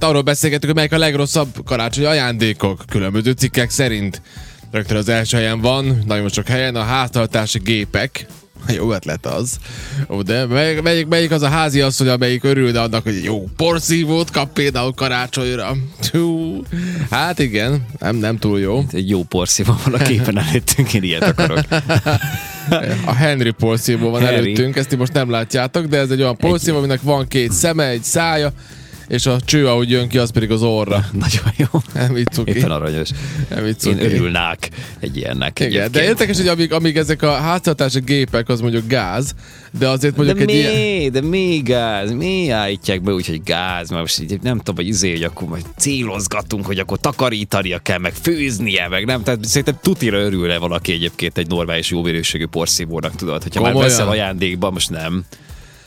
Hát arról beszélgetünk, hogy melyik a legrosszabb karácsonyi ajándékok különböző cikkek szerint. Rögtön az első helyen van, nagyon sok helyen a háztartási gépek. Jó ötlet az. Ó, de melyik, melyik, melyik az a házi asszony, amelyik örülne annak, hogy jó porszívót kap például karácsonyra. Hú. Hát igen, nem, nem túl jó. Egy jó porszívó van a képen előttünk, én ilyet akarok. A Henry porszívó van Harry. előttünk, ezt ti most nem látjátok, de ez egy olyan porszívó, aminek van két szeme, egy szája, és a cső, ahogy jön ki, az pedig az orra. Nagyon jó. Nem így cuki. Éppen aranyos. Nem így Én cuki. örülnák egy ilyennek. Igen, de egyébként. érdekes, hogy amíg, amíg ezek a háztartási gépek, az mondjuk gáz, de azért De mondjuk mi, egy ilyen... de mi gáz, mi állítják be úgy, hogy gáz, mert most így nem tudom, hogy izé, hogy akkor majd célozgatunk, hogy akkor takarítania kell, meg főznie, meg nem, tehát szerintem tutira örülne valaki egyébként egy normális jó vérőségű porszívónak, tudod, hogyha Komolyan? már veszel ajándékban, most nem.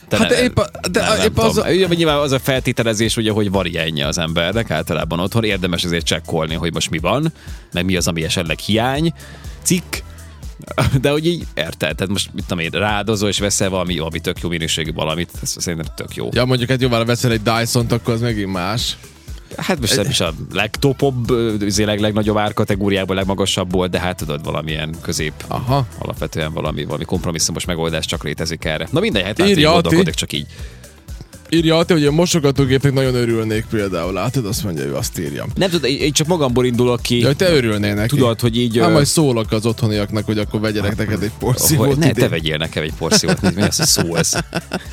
Te Hát épp a- de a- épp az- tudom. Ugye, nyilván az a feltételezés, ugye, hogy variálja az embernek általában otthon, érdemes azért csekkolni, hogy most mi van, meg mi az, ami esetleg hiány, cikk, de hogy így érted, tehát most mit tudom én, rádozol és veszel valami, ami tök jó minőségű valamit, ez szerintem tök jó. Ja. Ja, mondjuk egy jóval veszel egy Dyson-t, akkor az megint más. Hát most nem is a legtopobb, az leg, legnagyobb árkategóriából, legmagasabból, de hát tudod valamilyen közép, Aha. alapvetően valami, valami kompromisszumos megoldás csak létezik erre. Na mindegy, hát Írja Írja, így Ati. gondolkodik, csak így. Írja Ati, hogy a mosogatógépnek nagyon örülnék például, látod? Azt mondja, ő azt írja. Nem tudod, én én csak magamból indulok ki. Ja, te örülnél neki. Tudod, hogy így, Hát ö, majd szólok az otthoniaknak, hogy akkor vegyenek neked egy porszívót. hogy ne, idén. te vegyél nekem egy porszívót, mi az a szó ez?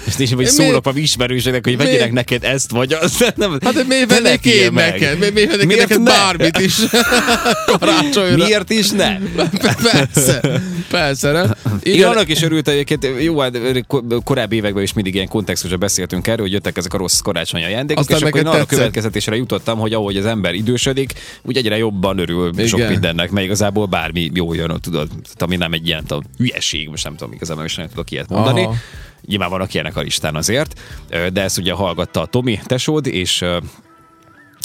És nincs, hogy Én szólok mi- a mi ismerősöknek, hogy vegyenek mi- neked ezt vagy azt. Nem, Hát de miért ne vennék legyél én meg. neked? Mi- Miért vennék én Miért neked ne? bármit is? Karácsonyra. Miért is ne? Persze. Persze, nem? Én Írja- annak is örültem egyébként, jó, hát ko- korábbi években is mindig ilyen kontextusra beszéltünk erről, hogy jöttek ezek a rossz karácsonyi ajándékok, Aztán Aztán és akkor én neked arra tetszett. következetésre jutottam, hogy ahogy az ember idősödik, úgy egyre jobban örül Igen. sok Igen. mindennek, mert igazából bármi jó jön, tudod, tehát ami nem egy ilyen nem tudom, hülyeség, most nem tudom, igazából nem is nagyon tudok ilyet mondani. Aha. Aha. Nyilván vannak ilyenek a listán azért, ö, de ezt ugye hallgatta a Tomi tesód, és ö,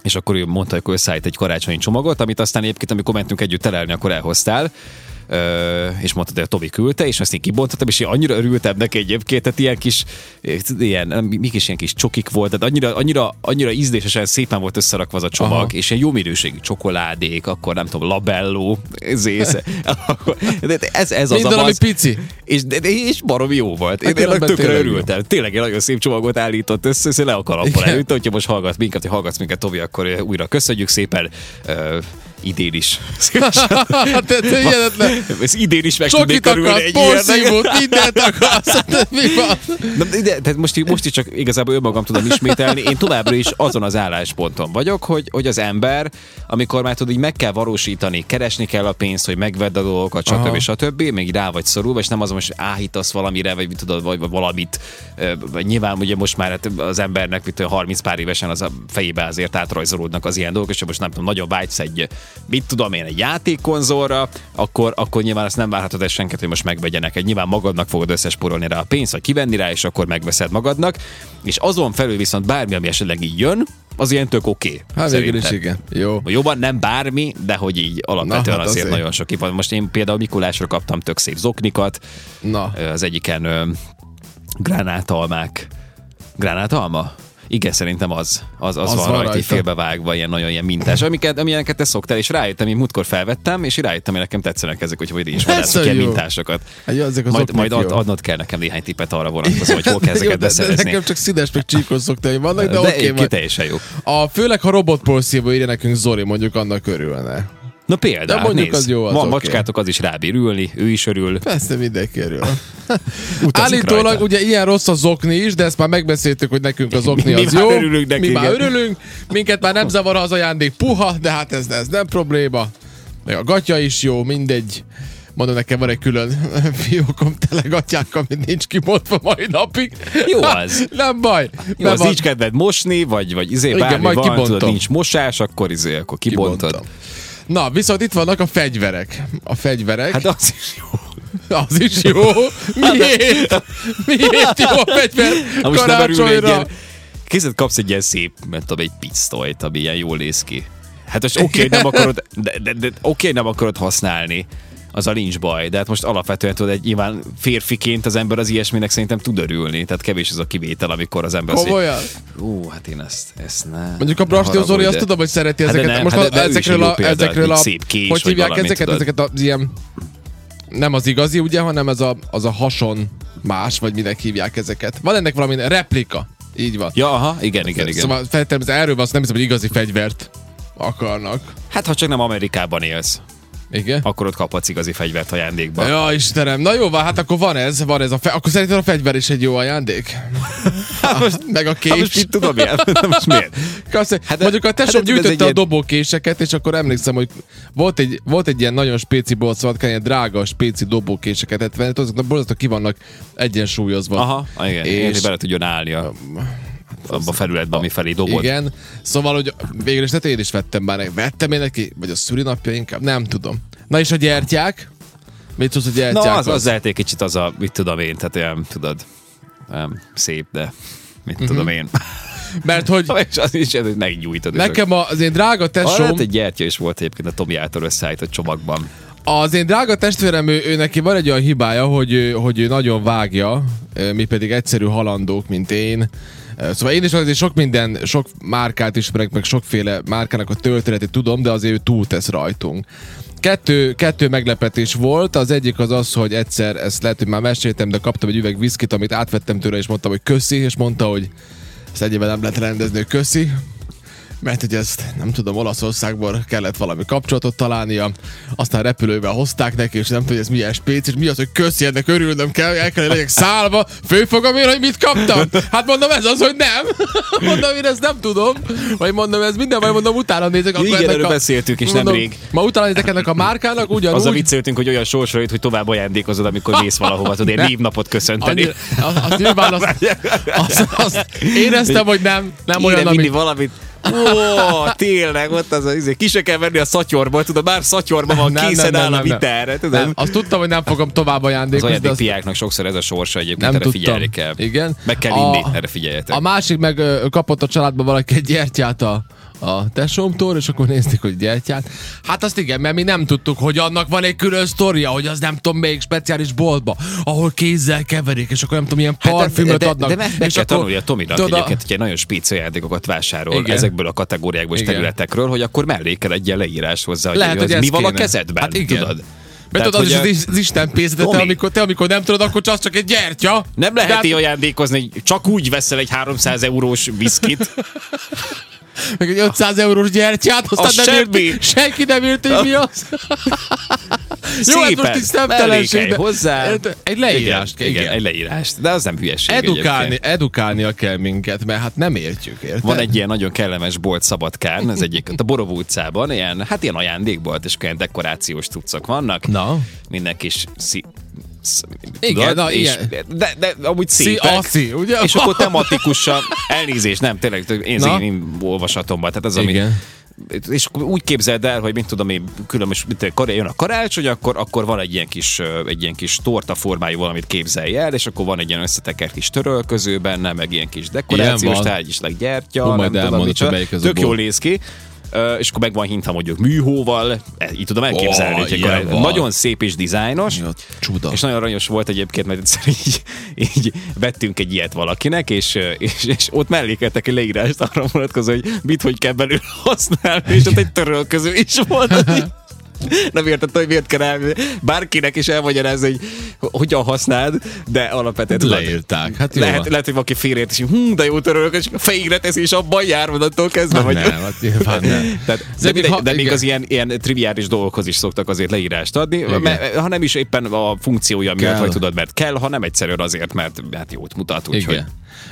és akkor ő mondta, hogy akkor összeállít egy karácsonyi csomagot, amit aztán egyébként, amikor mentünk együtt telelni, akkor elhoztál. Ö, és mondta, hogy a Tomi küldte, és azt én kibontottam, és én annyira örültem neki egyébként, tehát ilyen kis, eh, ilyen, nem, mi- mik is ilyen kis csokik volt, tehát annyira, annyira, annyira ízlésesen szépen volt összerakva az a csomag, Aha. Aha. és ilyen jó minőségű csokoládék, akkor nem tudom, labelló, zész, akkor, de de ez, ez az Minden, ami a vasz- pici. És, de, de, és baromi jó volt. Én, Hát én különben tökre tényleg jó. örültem. Tényleg egy nagyon szép csomagot állított össze, és le a kalappal Igen. előtt előtt, hogyha most hallgat minket, hogy hallgatsz minket, Tobi, akkor ö, újra köszönjük szépen. Ö, idén is. Hát te- te hihetetlen. Ez idén is meg Csokit tudnék örülni akarsz, egy ilyennek. porszívót, mindent akarsz. Hát Mi van? Na, de, de, de most, így- most is csak igazából önmagam tudom ismételni, én továbbra is azon az állásponton vagyok, hogy, hogy az ember, amikor már tudod, így meg kell valósítani, keresni kell a pénzt, hogy megvedd a dolgokat, Aha. stb. stb. még így rá vagy szorulva, és nem az, hogy most áhítasz valamire, vagy mit tudod, vagy vagy valamit. Ö, vagy Nyilván ugye most már hát az embernek, mit tudom, 30 pár évesen az a fejébe azért átrajzolódnak az ilyen dolgok, és ha most nem tudom, nagyon vágysz egy, mit tudom én, egy játékkonzolra, akkor, akkor nyilván azt nem várhatod el senkit, hogy most megvegyenek. Egy nyilván magadnak fogod összesporolni rá a pénzt, vagy kivenni rá, és akkor megveszed magadnak. És azon felül viszont bármi, ami esetleg így jön, az ilyen tök oké. Okay, Hát végül is igen. Jó. Jobban nem bármi, de hogy így alapvetően Na, hát azért, azért. azért nagyon sok van. Most én például Mikulásra kaptam tök szép zoknikat, Na. Ö, az egyiken ö, gránátalmák. Gránátalma? Igen, szerintem az. Az, az, az van, rajta, így félbevágva, ilyen nagyon ilyen mintás, amiket, amilyeneket te szoktál, és rájöttem, én múltkor felvettem, és így rájöttem, hogy nekem tetszenek ezek, úgyhogy én is Persze, vadászok ilyen jó. mintásokat. Hát jó, ezek az majd, oknak majd ad, jó. adnod kell nekem néhány tippet arra vonatkozóan, hogy hol kell Jó, de- ezeket de beszerezni. Nekem csak színes, meg csíkos szoktaim vannak, de, De, de oké. okay, majd- teljesen jó. A, főleg, ha robotporszívó írja nekünk Zoli, mondjuk annak örülne. Na például, hát De mondjuk nézd, az jó, az van oké. macskátok, az is rábír ülni, ő is örül. Persze mindenki örül. Utazik Állítólag rajta. ugye ilyen rossz a zokni is, de ezt már megbeszéltük, hogy nekünk az zokni Mi az már jó. örülünk neki, Mi már igen. örülünk, minket már nem zavar ha az ajándék puha, de hát ez, ez nem probléma. Meg a gatya is jó, mindegy. Mondom, nekem van egy külön fiókom tele gatyák, amit nincs kibontva mai napig. Jó az. nem baj. Jó, Be az van. nincs kedved mosni, vagy, vagy izé, bármi majd van, kibontom. tudod, nincs mosás, akkor izé, akkor kibontod. Kibontam. Na, viszont itt vannak a fegyverek. A fegyverek. Hát az is jó. Az is jó. Miért? Miért jó a fegyver Na most nem örülnék karácsonyra? ilyen- Kézzel kapsz egy ilyen szép, nem tudom, egy pisztolyt, ami ilyen jól néz ki. Hát most oké, okay, nem akarod, de, de, de, oké, okay, nem akarod használni. az a nincs baj. De hát most alapvetően tudod, egy nyilván férfiként az ember az ilyesminek szerintem tud örülni. Tehát kevés az a kivétel, amikor az ember azt Komolyan. Ú, hát én ezt, ezt ne. Mondjuk a ne Brastio Zoli haragudj, azt de- tudom, hogy szereti Hát de ezeket. nem, Most hát a, de- de ő is ezekről egy jó a, példa, ezekről egy a, szép kés, hogy vagy hívják valami, ezeket? tudod. Ezeket az ilyen, nem az igazi, ugye, hanem ez a, az a hason más, vagy minek hívják ezeket. Van ennek valami replika, így van. Ja, aha, igen, igen, igen. Szóval feltem, erről van, szó, nem hiszem, hogy igazi fegyvert akarnak. Hát ha csak nem Amerikában élsz, Igen? akkor ott kaphatsz igazi fegyvert ajándékba. Ja, Istenem, na jó, van, hát akkor van ez, van ez a fe... akkor szerinted a fegyver is egy jó ajándék? Meg a Hát most kés. mit tudom én? Most miért? Azt, Hát hát de- mondjuk a tesóm hát hát de ez gyűjtötte egy a ilyen- dobókéseket, és akkor emlékszem, hogy volt egy, volt egy ilyen nagyon spéci bolcvatkány, ilyen drága spéci dobókéseket, 70 azoknak borzasztó ki vannak egyensúlyozva. Aha, ah, igen, és... és, Érni bele tudjon állni a, abba a felületbe, ami felé dobod. igen, szóval, hogy végül is, tehát én is vettem már, neki. vettem én neki, vagy a szülinapja inkább, nem tudom. Na és a gyertyák? Mit tudsz a Na, gyertyákhoz? az, az lehet egy kicsit az a, mit tudom én, tehát olyan, tudod, nem, szép, de mit Mhm. tudom én. Mert hogy és az is, hogy megnyújtod. és nekem a- az én drága akkor- tesóm... Ah, lehet egy gyertya is volt egyébként a Tomi által összeállított csomagban. Az én drága testvérem, ő, ő neki van egy olyan hibája, hogy, ő- hogy ő nagyon vágja, ö, mi pedig egyszerű halandók, mint én. Ö, Szóval én is azért sok minden, sok márkát ismerek, meg sokféle márkának a történetét tudom, de azért ő túltesz rajtunk. Kettő, kettő meglepetés volt, az egyik az az, hogy egyszer, ezt lehet, hogy már meséltem, de kaptam egy üveg viszkit, amit átvettem tőle, és mondtam, hogy köszi, és mondta, hogy ezt egyébben nem lehet rendezni, hogy köszi. Mert hogy ezt nem tudom, Olaszországból kellett valami kapcsolatot találnia, aztán repülővel hozták neki, és nem tudja, hogy ez milyen spéc, és mi az, hogy köszi, ennek örülnöm kell, el kell, hogy legyek szálva, főfogam én, hogy mit kaptam. Hát mondom, ez az, hogy nem. Mondom, én ezt nem tudom. Vagy mondom, ez minden, vagy mondom, utána nézek. Akkor Igen, ennek erről a... beszéltünk is mondom, nemrég. Ma utána nézek ennek a márkának, ugyanúgy. Az a vicceltünk, hogy olyan sorsra jut, hogy tovább ajándékozod, amikor mész valahova, tudod, egy névnapot köszönteni. Annyira, azt, azt nyilván azt, azt, azt éreztem, hogy nem, nem olyan, Ide ami mindig valamit. Ó, tényleg, ott az a izé. Ki se kell venni a szatyorba, tudod, már szatyorban van, Nem, nem, készen nem, áll a nem, nem. vitelre, tudod. nem, azt tudtam, hogy nem fogom tovább Az ajándékozni, de azt ajándékpiáknak sokszor ez a sorsa egyébként, Nem erre tudtam. figyelni kell. Igen. Meg kell A- inni, erre figyeljetek. A másik meg ö, kapott a családban valaki egy gyertyát a, a tesómtól, és akkor néztük, hogy gyertyát. Hát azt igen, mert mi nem tudtuk, hogy annak van egy külön sztoria, hogy az nem tudom melyik speciális boltba, ahol kézzel keverik, és akkor nem tudom, ilyen Hát de- parfümöt de, adnak. De, de meg, meg és kell akkor tanulja Tominak tudod, Toda... a- egyébként, hogyha nagyon spéci ajándékokat vásárol Igen. ezekből a kategóriákból és Igen. területekről, hogy akkor mellé kell egy ilyen leírás hozzá, hogy, Lehet, az hogy ez mi van a kéne. kézedben, Hát igen. tudod. Mert Tehát, tudod, az, hogy is az, a- is- az Isten pénz, de te Tomi. amikor, te amikor nem tudod, akkor csak az csak egy gyertya. Nem De lehet hát- így ajándékozni, hogy csak úgy veszel egy 300 eurós viszkit. Meg egy 500 eurós gyertyát, Az aztán nem semmi. ért, senki nem ért, hogy mi az. Jó, hát most Szépen, itt szemtelenség. mellékelj de- hozzá. Egy leírást kell, igen, igen, egy leírást. De az nem hülyeség. Edukálni, egyébként. edukálnia kell minket, mert hát nem értjük, érted? Van egy ilyen nagyon kellemes bolt Szabadkán, ez egyik a Borovó utcában, ilyen, hát ilyen ajándékbolt, és olyan dekorációs cuccok vannak. Na. Minden kis szí... sz- Igen, na, és, ilyen. de, de amúgy szépek. aszi, ugye? És akkor tematikusan, elnézést, nem, tényleg, én, Na. én, én olvasatomban, tehát az, ami Igen. és akkor úgy képzeld el, hogy mint tudom én, különös, mint tudom, kará- jön a karácsony, akkor, akkor van egy ilyen kis, ö, egy ilyen kis torta formájú valamit képzelj el, és akkor van egy ilyen összetekert kis törölköző benne, meg ilyen kis Ilyen dekorációs van. tárgy is, like gyertya, Hú, nem majd tudom, elmondod, micsoda. hogy melyik az a Tök jól bolt. néz ki. Ö, és akkor meg van hintha mondjuk műhóval, E, így tudom elképzelni. Ó, hogy egy ilyen kará- van. nagyon szép és dizájnos. Ja, csuda. Hát És nagyon aranyos volt egyébként, mert egyszer így, így vettünk egy ilyet valakinek, és, és, és ott mellékeltek egy leírást arra vonatkozó, hogy mit hogy kell belőle használni, és ott egy törölköző is volt. az így- Nem értette, hogy miért kell el, bárkinek is elmagyarázni, hogy hogyan használd, de alapvetően tudod, Leírták, hát jó lehet, van. lehet, hogy valaki félért, és így, hm, de jó törölök, és a fejére teszi, és abban jár, onnantól kezdve. vagy... Nem, hát nyilván nem. Tehát, Ez még de, mindegy, ha- de még igen. az ilyen, ilyen triviális dolgokhoz is szoktak azért leírást adni, mert, ha nem is éppen a funkciója miatt, Kell. vagy tudod, mert kell, ha nem egyszerűen azért, mert hát jót mutat, úgyhogy. Igen.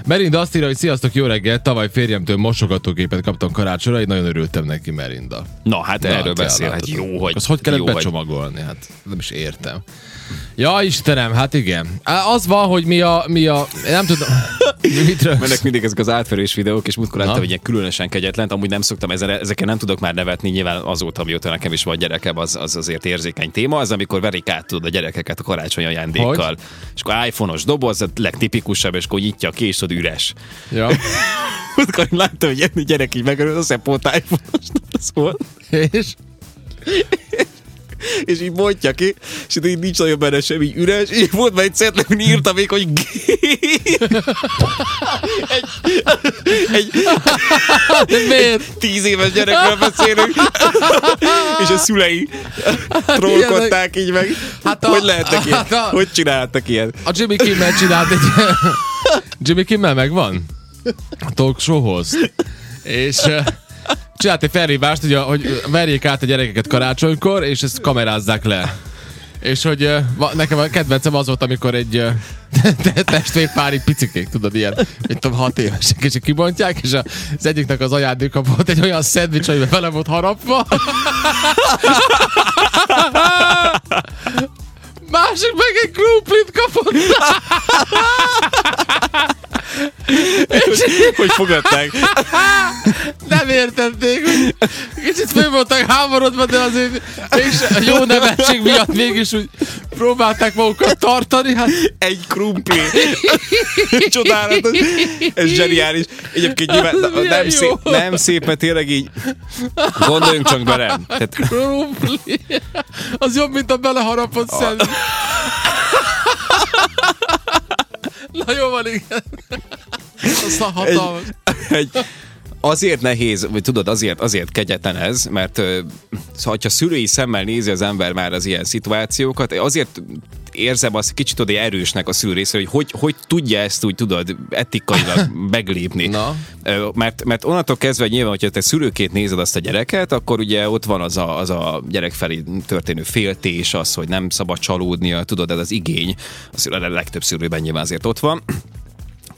Merinda azt írja, hogy sziasztok, jó reggel, tavaly férjemtől mosogatógépet kaptam karácsonyra, így nagyon örültem neki Merinda. Na, hát Na, erről te beszél, hát látod. jó, hogy... Az hogy kellett jó, becsomagolni? Hát nem is értem. Ja, Istenem, hát igen. Á, Az van, hogy mi a... Mi a én nem tudom... Mi- Mit rögsz? Mennek mindig ezek az átverős videók, és múltkor láttam Na. egy ilyen különösen kegyetlent, amúgy nem szoktam, ezen, ezeken nem tudok már nevetni, nyilván azóta, mióta nekem is van gyerekem, az, az azért érzékeny téma, az amikor verik át tudod a gyerekeket a karácsony ajándékkal. Hogy? És akkor iPhone-os doboz, a legtipikusabb, és akkor nyitja ki, és tudod, üres. Ja. Múltkor láttam, hogy szóval, egy gyerek így megörül, azt hiszem pont iPhone-os doboz volt. És? és így mondja ki, és itt így nincs nagyon benne semmi üres, és volt már egy cetlen, amin írta még, hogy gép. egy, De miért? tíz éves gyerekről beszélünk, és a szülei trollkodták így meg. Hát Hát a- a, hogy lehetnek ilyen? hát a- hogy csináltak ilyen? A Jimmy Kimmel csinált egy... Jimmy Kimmel megvan? A talk showhoz. És eh, csinált egy felhívást, ugye, hogy verjék át a gyerekeket karácsonykor, és ezt kamerázzák le. És hogy eh, va- nekem a kedvencem az volt, amikor egy eh, te- testvérpár így picikék, tudod, ilyen, mint tudom, hat évesek, és így kibontják, és a- az egyiknek az ajándéka volt egy olyan szendvics, amiben vele volt harapva. Másik meg egy krumplit kapott. Hogy fogadták? nem értették, hogy kicsit fő voltak háborodva, de azért mégis a jó nevetség miatt mégis úgy próbálták magukat tartani, hát Egy krumpli. Csodálatos. Ez zseniális. Egyébként nyilván Az na- milyen jó. nem, szép, nem szép, mert tényleg így gondoljunk csak bele. Tehát, krumpli. Az jobb, mint a beleharapott szem. Na jó van, igen. Azt a hatalmas. egy, azért nehéz, vagy tudod, azért, azért kegyetlen ez, mert ö, szóval, hogyha szülői szemmel nézi az ember már az ilyen szituációkat, azért érzem azt kicsit oda erősnek a szülrész, hogy, hogy hogy tudja ezt úgy, tudod, etikailag meglépni. Na. Ö, Mert, mert onnantól kezdve nyilván, hogyha te szülőként nézed azt a gyereket, akkor ugye ott van az a, az a gyerek felé történő féltés, az, hogy nem szabad csalódnia, tudod, ez az igény, az a legtöbb szülőben nyilván azért ott van.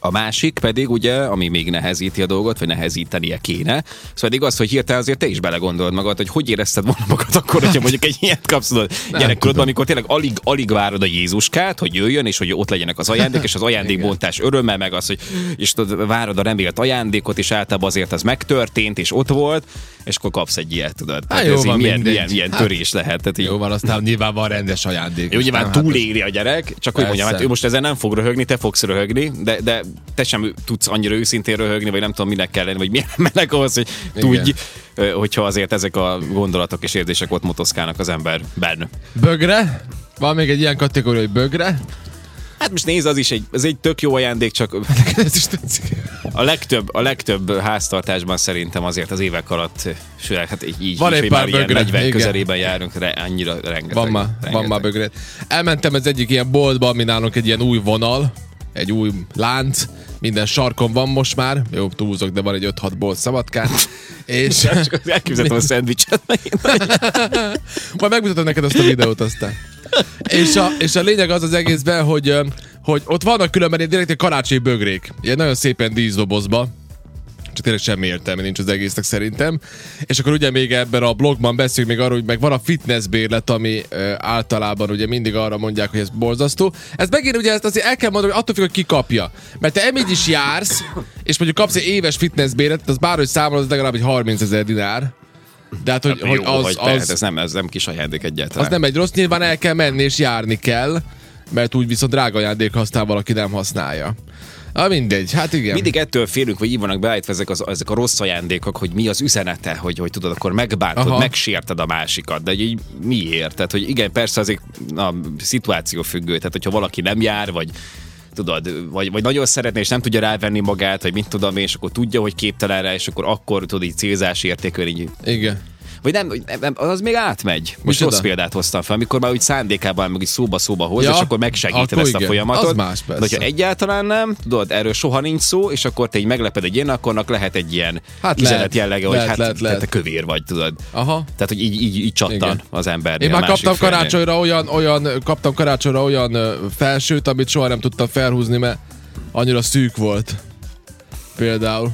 A másik pedig ugye, ami még nehezíti a dolgot, vagy nehezítenie kéne, az pedig az, hogy hirtelen azért te is belegondolod magad, hogy hogy érezted volna magad akkor, hogyha mondjuk egy ilyet kapsz tudod, gyerekkorodban, amikor tényleg alig, alig várod a Jézuskát, hogy jöjjön, és hogy ott legyenek az ajándék, és az ajándékbontás örömmel, meg az, hogy és tudod, várod a remélt ajándékot, és általában azért az megtörtént, és ott volt, és akkor kapsz egy ilyet, tudod. Tehát jó ez így van, milyen, mindegy. milyen, milyen Hát, törés lehet. Tehát így, Jó van, aztán nyilván van rendes ajándék. jó, nyilván Aztán hát túléri a gyerek, csak hogy mondjam, Persze. hát ő most ezen nem fog röhögni, te fogsz röhögni, de, de te sem tudsz annyira őszintén röhögni, vagy nem tudom, minek kell lenni, vagy milyen meleg ahhoz, hogy tudj, ö, hogyha azért ezek a gondolatok és érzések ott motoszkálnak az emberben. hát- Bögre? Van még egy ilyen kategória, hogy bögre? Hát most nézd, az is egy, ez egy tök jó ajándék, csak Ez is tetszik. a legtöbb, a legtöbb háztartásban szerintem azért az évek alatt, sőt, hát így, így Van is, egy hogy pár már ilyen bögre, 40 igen. közelében járunk, re, annyira rengeteg. Van már, van már bögrét. Elmentem az egyik ilyen boltba, ami nálunk egy ilyen új vonal, egy új lánc, minden sarkon van most már, jó, túlzok, de van egy 5-6 bolt szabadkán, és Csak elképzeltem a szendvicset megint. majd megmutatom neked azt a videót aztán. És a, és a lényeg az az egészben, hogy, ö, hogy ott vannak különben ilyen direkt egy karácsonyi bögrék, ilyen nagyon szépen díszdobozba, csak tényleg semmi értelme nincs az egésznek szerintem. És akkor ugye még ebben a blogban beszélünk még arról, hogy meg van a fitnessbérlet, ami ö, általában ugye mindig arra mondják, hogy ez borzasztó. Ez megint ugye ezt azért el kell mondani, hogy attól függ, hogy ki kapja. Mert te emígy is jársz, és mondjuk kapsz egy éves fitnessbérletet, az bárhogy számolod, az legalább egy 30 ezer dinár. De hát, hogy, Jó, hogy az, vagy az, persze, ez, nem, ez nem kis ajándék egyáltalán. az nem egy rossz, nyilván el kell menni és járni kell, mert úgy viszont drága ajándék, ha aztán valaki nem használja. Na mindegy, hát igen. Mindig ettől félünk, hogy így vannak beállítva ezek, az, ezek a rossz ajándékok, hogy mi az üzenete, hogy, hogy tudod, akkor megbántod, Aha. Aha. megsérted a másikat, de így miért? Tehát, hogy igen, persze azért na, szituáció függő, tehát hogyha valaki nem jár, vagy tudod, vagy, vagy nagyon szeretné, és nem tudja rávenni magát, vagy mit tudom én, és akkor tudja, hogy képtelen rá, és akkor akkor tudod így célzás értékön így Igen. vagy nem, nem, nem, az még átmegy. Most Micsoda? Micsoda? rossz példát hoztam fel, amikor már úgy szándékában, meg így szóba-szóba hoz, Ja, ja, és akkor megsegíted akkor ezt igen, a folyamatot. az más persze. De hogyha egyáltalán nem, tudod, erről soha nincs szó, és akkor te így megleped egy ilyen, akkor annak lehet egy ilyen Hát hát üzenet lehet, jellege, hogy lehet, hát lehet, lehet, lehet. te kövér vagy, tudod. Aha. Tehát, hogy így, így, így csattan Igen. igen. az ember. Én már kaptam karácsonyra olyan, olyan, kaptam karácsonyra olyan ö, felsőt, amit soha nem tudtam felhúzni, mert annyira szűk volt. Például.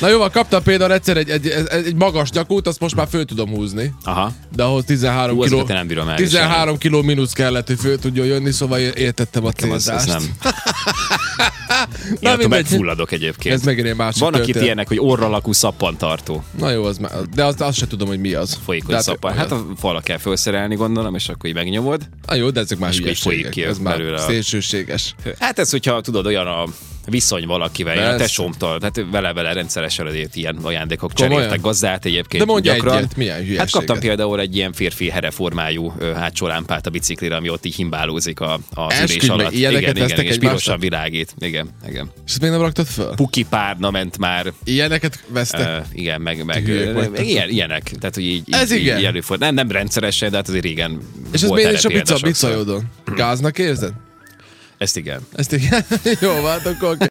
Na jó, van, kaptam például egyszer egy, egy, egy, egy magas nyakút, azt most már föl tudom húzni. Aha. De ahhoz 13 Hú, azokat kiló, én nem bírom el, 13 kiló mínusz kellett, hogy föl tudjon jönni, szóval é- értettem a Az, az célzást. nem. Na, Én attól mindegy. megfulladok egyébként. Ez megint egy másik Vannak itt történet. ilyenek, hogy orralakú szappantartó. Na jó, az már, de azt, azt se tudom, hogy mi az. Folyékony De szappan. Hát a falat kell felszerelni, gondolom, és akkor így megnyomod. Na jó, de ezek más És akkor így folyik hülyeségek. ki Ez már belőle a- szélsőséges. Hát ez, hogyha tudod, olyan a viszony valakivel. Én a Persze. tesómtól, tehát vele-vele rendszeresen azért ilyen ajándékok Komolyan? cseréltek gazdát egyébként. De mondj gyakran. egyet, milyen Hát hülyeséget. kaptam például egy ilyen férfi hereformájú ö, hátsó lámpát a biciklire, ami ott így himbálózik a, az Esküdj ülés meg, alatt. Igen, ilyeneket igen, vesztek igen, és egymásnak? pirosan világít. Igen, igen. És ezt még nem raktad föl? Puki párna ment már, Ilyeneket vesztek? Ö, igen, meg, meg hülyék ö, vagytok. ilyen, ilyenek. Tehát, hogy így, Ez így, igen. így előfordul. Nem, nem rendszeresen, de hát azért régen és ez volt miért erre is a példa bica, sokszor. bicajodon? Gáznak érzed? Ezt igen. Ezt igen. Jó, hát akkor